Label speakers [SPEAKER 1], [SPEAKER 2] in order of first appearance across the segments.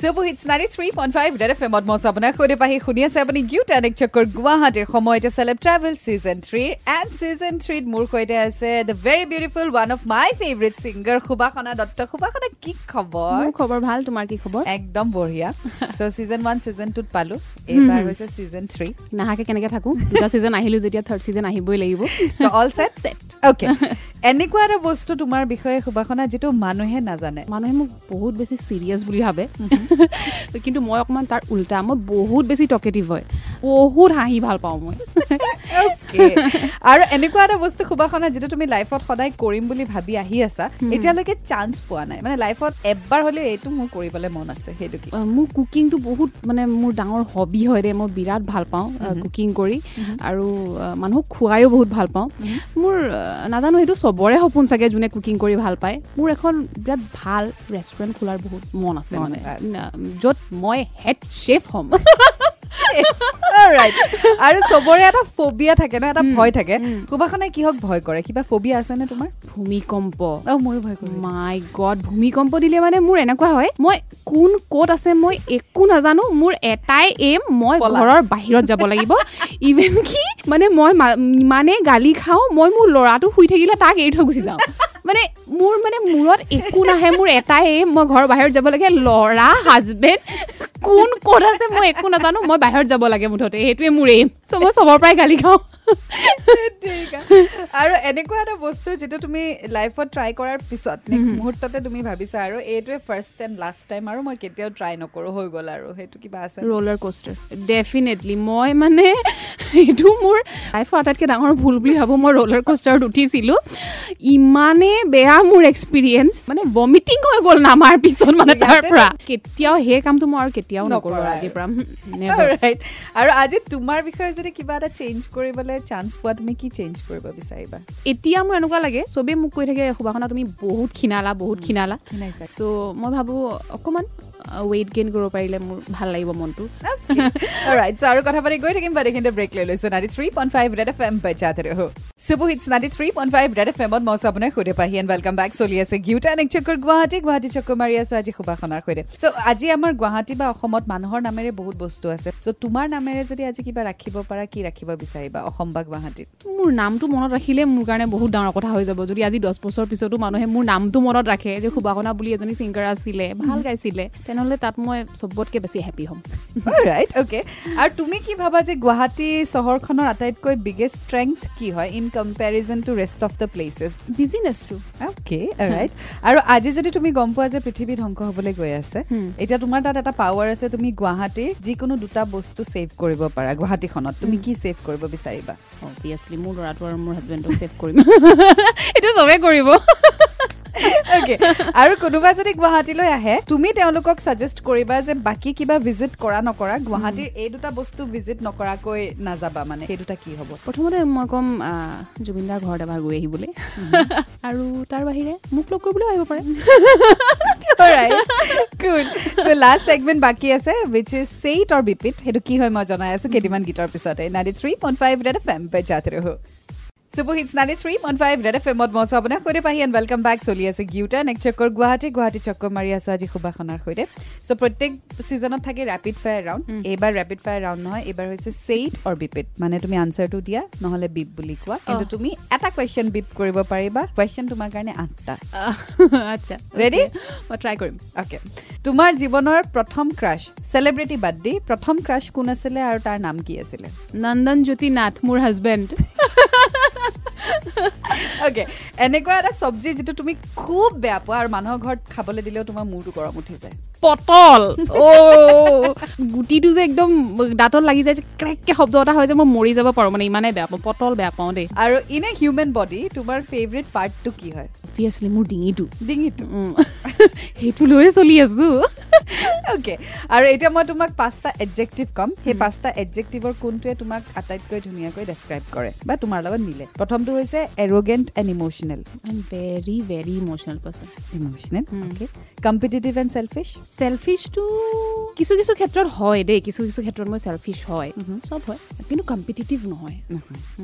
[SPEAKER 1] Super hits ninety three point five red F এমত মই আপোনাৰ সৈতে পাহি শুনি আছে আপুনি গিউট এণ্ড এক চকৰ গুৱাহাটীৰ সময় এতিয়া চেলেব ট্ৰেভেল ছিজন থ্ৰীৰ এণ্ড ছিজন থ্ৰীত মোৰ সৈতে আছে the very beautiful one of my favourite singer Subasana Dutta Subasana কি খবৰ
[SPEAKER 2] মোৰ খবৰ ভাল তোমাৰ কি খবৰ
[SPEAKER 1] একদম বঢ়িয়া চ' ছিজন ওৱান ছিজন টুত পালোঁ এইবাৰ হৈছে ছিজন থ্ৰী
[SPEAKER 2] নাহাকে কেনেকে থাকো দুটা ছিজন আহিলো যেতিয়া থাৰ্ড ছিজন আহিবই লাগিব
[SPEAKER 1] so' all set set okay এনেকুৱা এটা বস্তু তোমাৰ বিষয়ে সুবাসনা যিটো মানুহে নাজানে
[SPEAKER 2] মানুহে মোক বহুত বেছি ছিৰিয়াছ বুলি ভাবে কিন্তু মই অকণমান তাৰ উল্টা মই বহুত বেছি টকেটিভ হয় বহুত হাঁহি ভাল পাওঁ মই
[SPEAKER 1] আৰু এনেকুৱা এটা বস্তু সুবাসনা যিটো তুমি লাইফত সদায় কৰিম বুলি ভাবি আহি আছা এতিয়ালৈকে চান্স পোৱা নাই মানে লাইফত এবাৰ হ'লেও এইটো মোৰ কৰিবলৈ মন আছে সেইটো কি
[SPEAKER 2] অ, মোৰ কুকিংটো বহুত মানে মোৰ ডাঙৰ হবি হয় দেই মই বিৰাট ভাল পাওঁ কুকিং কৰি আৰু অ, মানুহক খোৱায়ো বহুত ভাল পাওঁ মোৰ অ, নাজানো সেইটো চবৰে সপোন চাগে যোনে কুকিং কৰি ভাল পায় মোৰ এখন বিৰাট ভাল ৰেষ্টুৰেণ্ট খোলাৰ বহুত মন আছে
[SPEAKER 1] মন
[SPEAKER 2] মানে
[SPEAKER 1] আছে।
[SPEAKER 2] না, য'ত মই হেড শ্বেফ হ'ম
[SPEAKER 1] Alright. আৰু চবৰে এটা ফবিয়া থাকে ন এটা ভয় থাকে সুবাসনে কিহক ভয় কৰে কিবা ফবিয়া আছেনে তোমাৰ
[SPEAKER 2] ভূমিকম্প
[SPEAKER 1] অ ময়ো ভয় কৰোঁ
[SPEAKER 2] মাই গড ভূমিকম্প দিলে মানে মোৰ এনেকুৱা হয় মই কোন ক'ত আছে মই একো নাজানো মোৰ এটাই এইম মই
[SPEAKER 1] পলা।
[SPEAKER 2] ঘৰৰ বাহিৰত যাব লাগিব ইভেন কি মানে মই মা- ইমানে গালি খাওঁ মই মোৰ ল'ৰাটো শুই থাকিলে তাক এৰি থৈ গুচি যাওঁ মানে মোৰ মানে মূৰত একো নাহে মোৰ এটাই aim, মই ঘৰৰ বাহিৰত যাব লাগে ল'ৰা হাজবেণ্ড কোন ক'ত আছে মই একো নাজানো মই বাহিৰত যাব লাগে মুঠতে সেইটোৱে মোৰ এইম চ' মই চবৰ পৰাই গালি খাওঁ
[SPEAKER 1] আৰু এনেকুৱা এটা বস্তু যিটো তুমি লাইফত ট্ৰাই কৰাৰ পিছত নেক্সট মুহূৰ্ততে তুমি ভাবিছা আৰু এইটোৱে ফাৰ্ষ্ট এণ্ড লাষ্ট টাইম আৰু মই কেতিয়াও ট্ৰাই নকৰোঁ হৈ গ'ল আৰু সেইটো কিবা আছে
[SPEAKER 2] ৰ'লাৰ কোষ্টাৰ ডেফিনেটলি মই মানে এইটো মোৰ লাইফৰ আটাইতকৈ ডাঙৰ ভুল বুলি ভাবোঁ মই ৰ'লাৰ কোষ্টাৰত উঠিছিলোঁ ইমানেই বেয়া মোৰ এক্সপিৰিয়েঞ্চ মানে ভমিটিং হৈ গ'ল নামাৰ পিছত মানে তাৰ পৰা কেতিয়াও সেই কামটো মই আৰু কেতিয়াও নকৰোঁ
[SPEAKER 1] নকৰা
[SPEAKER 2] আজিৰ
[SPEAKER 1] আৰু।
[SPEAKER 2] পৰা
[SPEAKER 1] Alright. আৰু আজি তোমাৰ বিষয়ে যদি কিবা এটা চেঞ্জ কৰিবলৈ চান্স পোৱা তুমি কি চেঞ্জ কৰিব বিচাৰিবা
[SPEAKER 2] এতিয়া মোৰ এনেকুৱা লাগে চবেই মোক কৈ থাকে সুবাসনা তুমি বহুত ক্ষীণালা বহুত ক্ষীণালা
[SPEAKER 1] ক্ষীণাইছা।
[SPEAKER 2] চ' মই ভাবোঁ অকণমান ৱেইট গেইন কৰিব পাৰিলে মোৰ ভাল লাগিব মনটো
[SPEAKER 1] Alright, so আৰু কথা পাতি গৈ থাকিম বাৰু এইখিনিতে ব্ৰেক লৈ লৈছোঁ ninety three point five red F M বাজাতে ৰহো super hits ninety three point five red F এমত মই আছোঁ আপোনাৰ সৈতে পাহি এণ্ড ৱেলকাম বেক চলি আছে গিউটা নেক চকুৰ গুৱাহাটী গুৱাহাটী চকুৰ মাৰি আছোঁ আজি সুবাসনাৰ সৈতে চ' আজি আমাৰ গুৱাহাটী বা অসমত মানুহৰ নামেৰে বহুত বস্তু আছে চ' তোমাৰ নামেৰে যদি আজি কিবা ৰাখিব পাৰা কি ৰাখিব বিচাৰিবা অসম বা গুৱাহাটীত
[SPEAKER 2] মোৰ নামটো মনত ৰাখিলে মোৰ কাৰণে বহুত ডাঙৰ কথা হৈ যাব যদি আজি দহ বছৰ পিছতো মানুহে মোৰ নামটো মনত ৰাখে যে সুবাসনা বুলি এজনী ছিংগাৰ আছিলে ভাল গাইছিলে তেনেহ'লে তাত মই চবতকৈ বেছি হেপী হ'ম
[SPEAKER 1] ৰাইট অ'কে আৰু তুমি কি ভাবা যে গুৱাহাটী চহৰখনৰ আটাইতকৈ বিগেষ্ট ষ্ট্ৰেংথ কি হয় in comparison to rest of the places
[SPEAKER 2] বিজিনেছটো
[SPEAKER 1] অ'কে ৰাইট আৰু আজি যদি তুমি গম পোৱা যে পৃথিৱী ধ্বংস হ'বলৈ গৈ আছে এতিয়া তোমাৰ তাত এটা পাৱাৰ আছে তুমি গুৱাহাটীৰ যিকোনো দুটা বস্তু ছেভ কৰিব পাৰা গুৱাহাটীখনত তুমি কি ছেভ কৰিব বিচাৰিবা
[SPEAKER 2] অবভিয়াছলি মোৰ ল'ৰাটো আৰু মোৰ হাজবেণ্ডক ছেভ কৰিম এইটো চবেই কৰিব
[SPEAKER 1] অ'কে আৰু কোনোবা যদি গুৱাহাটীলৈ আহে তুমি তেওঁলোকক ছাজেষ্ট কৰিবা যে বাকী কিবা ভিজিট কৰা নকৰা গুৱাহাটীৰ এই দুটা বস্তু ভিজিট নকৰাকৈ নাযাবা মানে সেই দুটা কি হ'ব
[SPEAKER 2] প্ৰথমতে মই ক'ম আহ, জুবিন দাৰ ঘৰত এবাৰ গৈ আহিবলৈ আৰু তাৰ বাহিৰে মোক লগ কৰিবলৈও আহিব পাৰে
[SPEAKER 1] লাষ্ট ছেগমেণ্ট বাকী আছে which is say it or repeat সেইটো কি হয় মই জনাই আছো কেইদিনমান গীতৰ পিছতে ninety three point five red F M পে জাত ৰহো super hits ninety three point five red F এমত মই আপোনাৰ সৈতে পাহি এণ্ড ৱেলকাম বেক চলি আছে গিউটা নেক চক্কৰ গুৱাহাটী গুৱাহাটী চক্কৰ মাৰি আছো আজি সুবাসনাৰ সৈতে চ' প্ৰত্যেক ছিজনত থাকে ৰেপিড ফায়াৰ ৰাউণ্ড এইবাৰ ৰেপিড ফায়াৰ ৰাউণ্ড নহয় এইবাৰ হৈছে চেইট অৰ বিপিট মানে তুমি আনচাৰটো দিয়া নহ'লে বিপ বুলি কোৱা কিন্তু তুমি এটা কুৱেশ্যন বিপ কৰিব পাৰিবা কুৱেশ্যন তোমাৰ কাৰণে আঠটা
[SPEAKER 2] আহ, আচ্ছা
[SPEAKER 1] Ready?
[SPEAKER 2] okay, মই ট্ৰাই কৰিম
[SPEAKER 1] অ'কে তোমাৰ জীৱনৰ প্ৰথম ক্ৰাছ চেলিব্ৰিটি বাদ দি প্ৰথম ক্ৰাছ কোন আছিলে আৰু তাৰ নাম কি আছিলে
[SPEAKER 2] নন্দন জ্যোতি নাথ মোৰ হাজবেণ্ড
[SPEAKER 1] অ'কে এনেকুৱা এটা চব্জি যিটো তুমি খুব বেয়া পোৱা আৰু মানুহৰ ঘৰত খাবলৈ দিলেও তোমাৰ মূৰটো গৰম উঠি যায়
[SPEAKER 2] পটল অ গুটিটো যে একদম দাঁতত লাগি যায় যে ক্ৰেককে শব্দ এটা হয় যে মই মৰি যাব পাৰোঁ মানে ইমানেই বেয়া পাওঁ পটল বেয়া পাওঁ দেই
[SPEAKER 1] আৰু ইন এ হিউমেন বডি তোমাৰ ফেভৰেট পাৰ্টটো কি হয়
[SPEAKER 2] অবভিয়াছলি মোৰ ডিঙিটো
[SPEAKER 1] ডিঙিটো
[SPEAKER 2] উম, সেইটো লৈয়ে চলি আছোঁ
[SPEAKER 1] অ'কে আৰু এতিয়া মই তোমাক পাঁচটা এডজেক্টিভ ক'ম সেই পাঁচটা এডজেক্টিভৰ কোনটোৱে তোমাক আটাইতকৈ ধুনীয়াকৈ ডেছক্ৰাইব কৰে বা তোমাৰ লগত মিলে প্ৰথমটো হৈছে arrogant and emotional
[SPEAKER 2] I am very very emotional person
[SPEAKER 1] emotional okay competitive and selfish
[SPEAKER 2] চেলফিছটো কিছু কিছু ক্ষেত্ৰত হয় দেই কিছু কিছু ক্ষেত্ৰত মই চেলফিছ হয় চব হয় কিন্তু কম্পিটিটিভ নহয়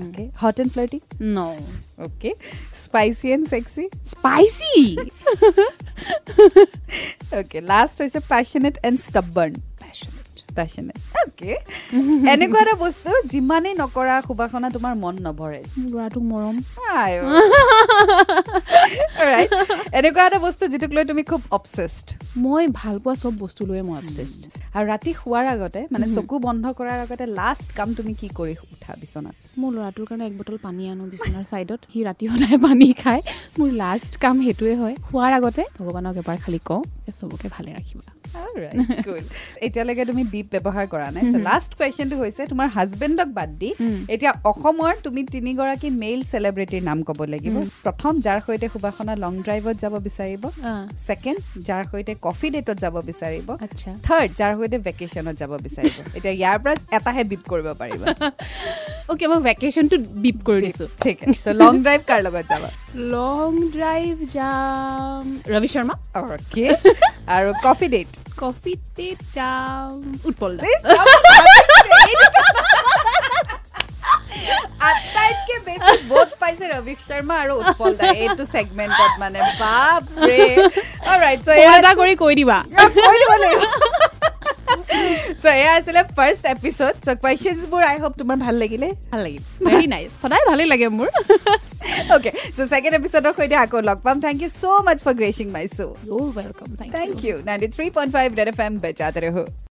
[SPEAKER 1] অ'কে হট এণ্ড ফ্লাৰ্টি
[SPEAKER 2] ন
[SPEAKER 1] okay spicy and sexy
[SPEAKER 2] spicy
[SPEAKER 1] okay last হৈছে passionate and stubborn passionate passionate okay এনেকুৱা এটা বস্তু যিমানেই নকৰা সুবাসনা তোমাৰ মন নভৰে
[SPEAKER 2] ল'ৰাটোক মৰম
[SPEAKER 1] আই ঐ। Alright. এনেকুৱা এটা বস্তু যিটোক লৈ তুমি খুব অবচেষ্ট
[SPEAKER 2] মই ভাল পোৱা চব বস্তু লৈয়ে মই অবচেষ্ট
[SPEAKER 1] আৰু ৰাতি শোৱাৰ আগতে মানে চকু বন্ধ কৰাৰ আগতে লাষ্ট কাম তুমি কি কৰি উঠা বিচনাত
[SPEAKER 2] মোৰ ল'ৰাটোৰ কাৰণে এক বটল পানী আনো বিচনাৰ ছাইডত সি ৰাতি সদায় পানী খায় মোৰ লাষ্ট কাম সেইটোৱে হয় শোৱাৰ আগতে ভগৱানক এবাৰ খালি কওঁ যে চবকে ভালে ৰাখিবা
[SPEAKER 1] Alright, cool. এতিয়ালৈকে তুমি বিপ ব্যৱহাৰ কৰা নাই লাষ্ট কুৱেশ্যনটো হৈছে তোমাৰ হাজবেণ্ডক বাদ দি এতিয়া অসমৰ তুমি তিনিগৰাকী মেইল চেলিব্ৰিটিৰ নাম ক'ব লাগিব প্ৰথম যাৰ সৈতে সুবাসনা লং ড্ৰাইভত যাব বিচাৰিব ছেকেণ্ড যাৰ সৈতে কফি ডেটত যাব বিচাৰিব
[SPEAKER 2] আচ্ছা
[SPEAKER 1] থাৰ্ড যাৰ সৈতে ভেকেশ্যনত যাব বিচাৰিব এতিয়া ইয়াৰ পৰা এটাহে বিপ কৰিব পাৰিব
[SPEAKER 2] অ'কে মই ভেকেশ্যনটো বিপ কৰি দিছোঁ
[SPEAKER 1] ঠিক আছে তো লং ড্ৰাইভ কাৰ লগত যাবা
[SPEAKER 2] লং ড্ৰাইভ যাম ৰবি শৰ্মা
[SPEAKER 1] অ'কে আৰু কফি ডেট
[SPEAKER 2] কফি টেত যাম উৎপল দা
[SPEAKER 1] আটাইতকৈ বেছি ভোট পাইছে ৰবি শৰ্মা আৰু উৎপল দা এইটো চেগমেণ্টত মানে বাপৰে অলৰাইট চ'
[SPEAKER 2] ফোন এটা কৰি কৈ দিবা
[SPEAKER 1] চ' এয়া আছিলে ফাৰ্ষ্ট এপিছ'ড চ' কুৱেশ্যনছবোৰ আই হোপ তোমাৰ ভাল লাগিলে
[SPEAKER 2] ভাল লাগিল ভেৰি নাইচ সদায় ভালেই লাগে মোৰ
[SPEAKER 1] অ'কে চ' ছেকেণ্ড এপিছ'ডৰ সৈতে আকৌ লগ পাম thank you so' much for gracing my show'
[SPEAKER 2] you're welcome thank you
[SPEAKER 1] Thank you. 93.5 Red FM, बजाते रहो